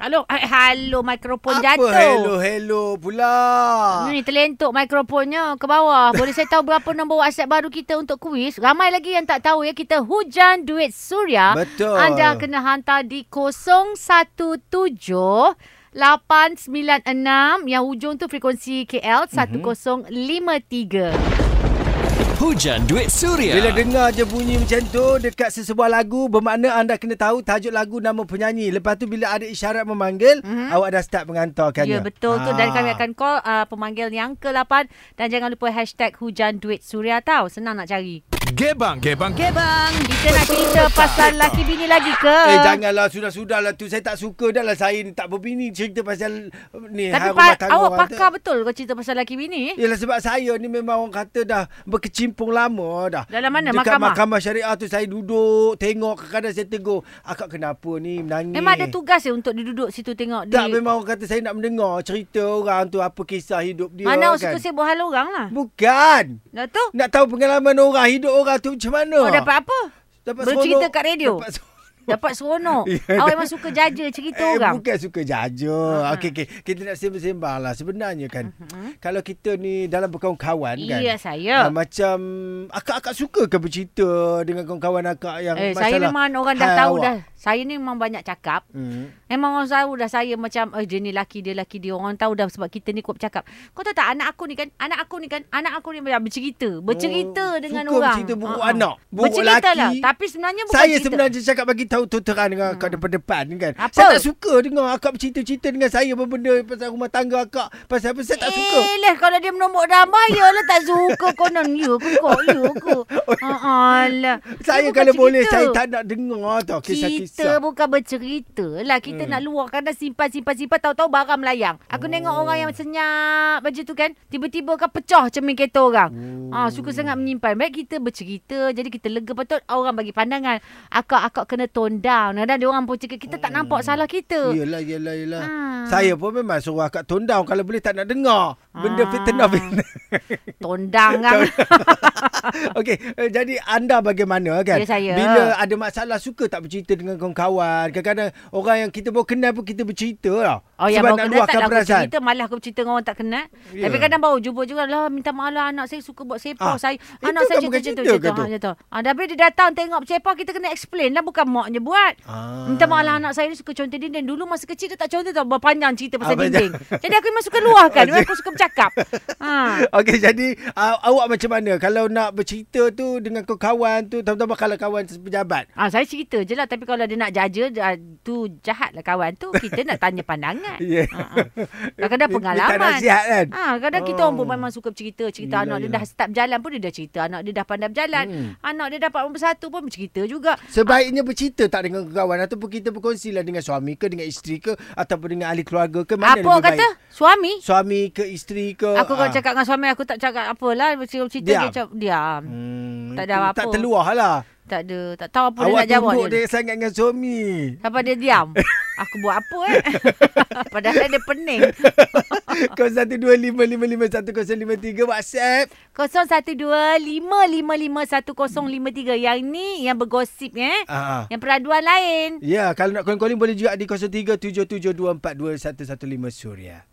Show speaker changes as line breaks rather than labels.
Hello. Ah, Hello mikrofon
Apa
jatuh.
hello hello pula?
Ni terlentuk mikrofonnya ke bawah. Boleh saya tahu berapa nombor WhatsApp baru kita untuk kuis? Ramai lagi yang tak tahu ya. Kita hujan duit suria.
Betul.
Anda kena hantar di 017 896 yang hujung tu frekuensi KL
Mhm.
1053.
Hujan Duit Suria.
Bila dengar je bunyi macam tu dekat sesebuah lagu bermakna anda kena tahu tajuk lagu nama penyanyi. Lepas tu bila ada isyarat memanggil, mm-hmm. awak dah start
Ya
mengantarkannya.
betul tu dan
Ah.
kami akan call uh, pemanggil yang ke-8 dan jangan lupa hashtag hujan duit suria tau. Senang nak cari.
Gebang, gebang.
Okay bang, kita nak cerita pasal laki bini lagi ke?
Eh janganlah sudah-sudahlah tu saya tak suka dah lah saya ni tak berbini cerita pasal eh, ni
Tapi
hal rumah
pa-
tangga
awak
orang tu.
pakar betul kau cerita pasal laki bini?
Yalah sebab saya ni memang orang kata dah berkecimpung lama dah.
Dalam mana?
Dekat
Mahkamah?
mahkamah syariah tu saya duduk, tengok kadang-kadang saya tegur. Akak kenapa ni menangis?
Memang ada tugas ya untuk duduk situ tengok
Tak
duit.
memang orang kata saya nak mendengar cerita orang tu apa kisah hidup dia
Mana awak
kan.
suka sibuk hal orang lah.
Bukan.
Dah tu?
Nak tahu pengalaman orang hidup orang tu macam mana.
Awak Oh, dapat apa?
dapat
Bercerita
seronok.
kat radio?
Dapat seronok.
Dapat seronok.
Ya,
awak
dah.
memang suka jaja cerita
Eh,
orang.
bukan suka jaja.
Ah. Mhm.
Okey okey. Kita nak sembang-sembang lah sebenarnya kan. Kalau kita ni dalam berkawan-kawan kan.
Iya, saya.
Ah, macam akak-akak suka ke bercerita dengan kawan-kawan akak yang
Eh,
masalah?
saya memang orang dah
hal
tahu
awak?
dah. Saya ni memang banyak cakap.
Hmm.
Memang orang tahu dah saya macam eh dia ni laki dia laki dia orang tahu dah sebab kita ni kuat bercakap. Kau tahu tak anak aku ni kan anak aku ni kan anak aku ni macam bercerita, bercerita
Oh,
dengan
suka
orang.
bercerita buruk
Ah, ah.
anak, buruk
bercerita lah
laki.
tapi sebenarnya bukan
Saya
cerita. Ha.
sebenarnya cakap bagi tahu tu terang dengan akak depan-depan kan.
Apa?
Saya tak suka dengar akak bercerita-cerita dengan saya benda pasal rumah tangga akak. Pasal apa saya tak suka.
Eh lah kalau dia menombok ramai ya lah tak suka konon you ke kok you ke. Ha alah.
Saya
Dia bukan
kalau boleh
cerita.
saya tak nak dengar tau
kita
kisah-kisah.
bukan bercerita lah. Kita nak luahkan dah simpan-simpan-simpan. Tahu-tahu barang melayang. Aku tengok orang yang senyap macam tu kan. Tiba-tiba kan pecah cermin kereta orang. Ah, suka sangat menyimpan. Baik kita bercerita. Jadi kita lega. Lepas tu orang bagi pandangan. Akak-akak kena tone down. Kadang dia orang pun cakap kita tak nampak salah kita.
Yelah, yelah, yelah.
Ah.
Saya pun memang suruh akak tone down. Kalau boleh tak nak dengar.
Ah.
Benda fitnah fitnah.
Tone down kan.
Okey, eh, jadi anda bagaimana kan?
Ya, saya.
Bila ada masalah suka tak bercerita dengan kawan-kawan. Kadang-kadang orang yang kita baru kenal pun kita bercerita lah.
Oh yang baru
Sebab nak
kenal tak
luahkan
lah aku
perasaan.
cerita Malah aku cerita dengan orang tak kenal
Ya.
yeah. Tapi kadang baru jumpa juga Lah minta maaf lah anak saya suka buat sepoh
Ah,
ah, saya
itu
Anak saya
kan
macam
bukan
tu,
cerita
macam
ke
tu,
tu?
ha, macam tu. Ah, Tapi dia datang tengok sepoh Kita kena explain lah Bukan maknya buat
Ah.
Minta maaf lah anak saya ni suka contoh dinding Dulu masa kecil dia tak contoh tau Berpanjang cerita pasal
Ah, panjang.
dinding Jadi aku memang suka luahkan Memang aku suka bercakap ha.
Okey, jadi uh, awak macam mana? Kalau nak bercerita tu dengan kawan tu, tambah-tambah kalau kawan pejabat.
Ah, saya cerita je lah Tapi kalau dia nak jaja ah, Tu jahat lah kawan tu Kita nak tanya pandangan
Ya.
Ah, ah. Kadang-kadang
Minta
pengalaman
nasihat kan?
Ha, kadang oh. kita
Oh.
orang pun memang suka cerita. Cerita yelah, anak yelah.
Yelah, yelah.
dia dah start berjalan pun dia dah cerita. Anak dia dah pandai berjalan.
Hmm.
Hmm. Anak dia dapat nombor satu pun cerita juga.
Sebaiknya bercerita tak dengan kawan ataupun kita berkongsi lah dengan suami ke, dengan isteri ke ataupun dengan ahli keluarga ke. Mana
Mana Apa orang
lebih
kata?
baik?
Suami?
Suami ke isteri ke?
Aku kalau
ah.
cakap dengan suami aku tak cakap apalah. Cerita
Diam.
dia macam diam. Hmm.
Hmm,
Tak
itu
ada
Tak
apa-apa.
terluah lah.
Tak ada. Tak tahu apa dia
awak
nak jawab.
tunduk
Dia.
dia sangat dengan suami.
Sampai dia diam. aku buat apa eh? Padahal dia pening.
0125551053 WhatsApp.
0125551053 yang ni yang bergosip eh.
Ah.
Yang peraduan lain.
Ya, kalau nak calling-calling boleh juga di 0377242115 Suria.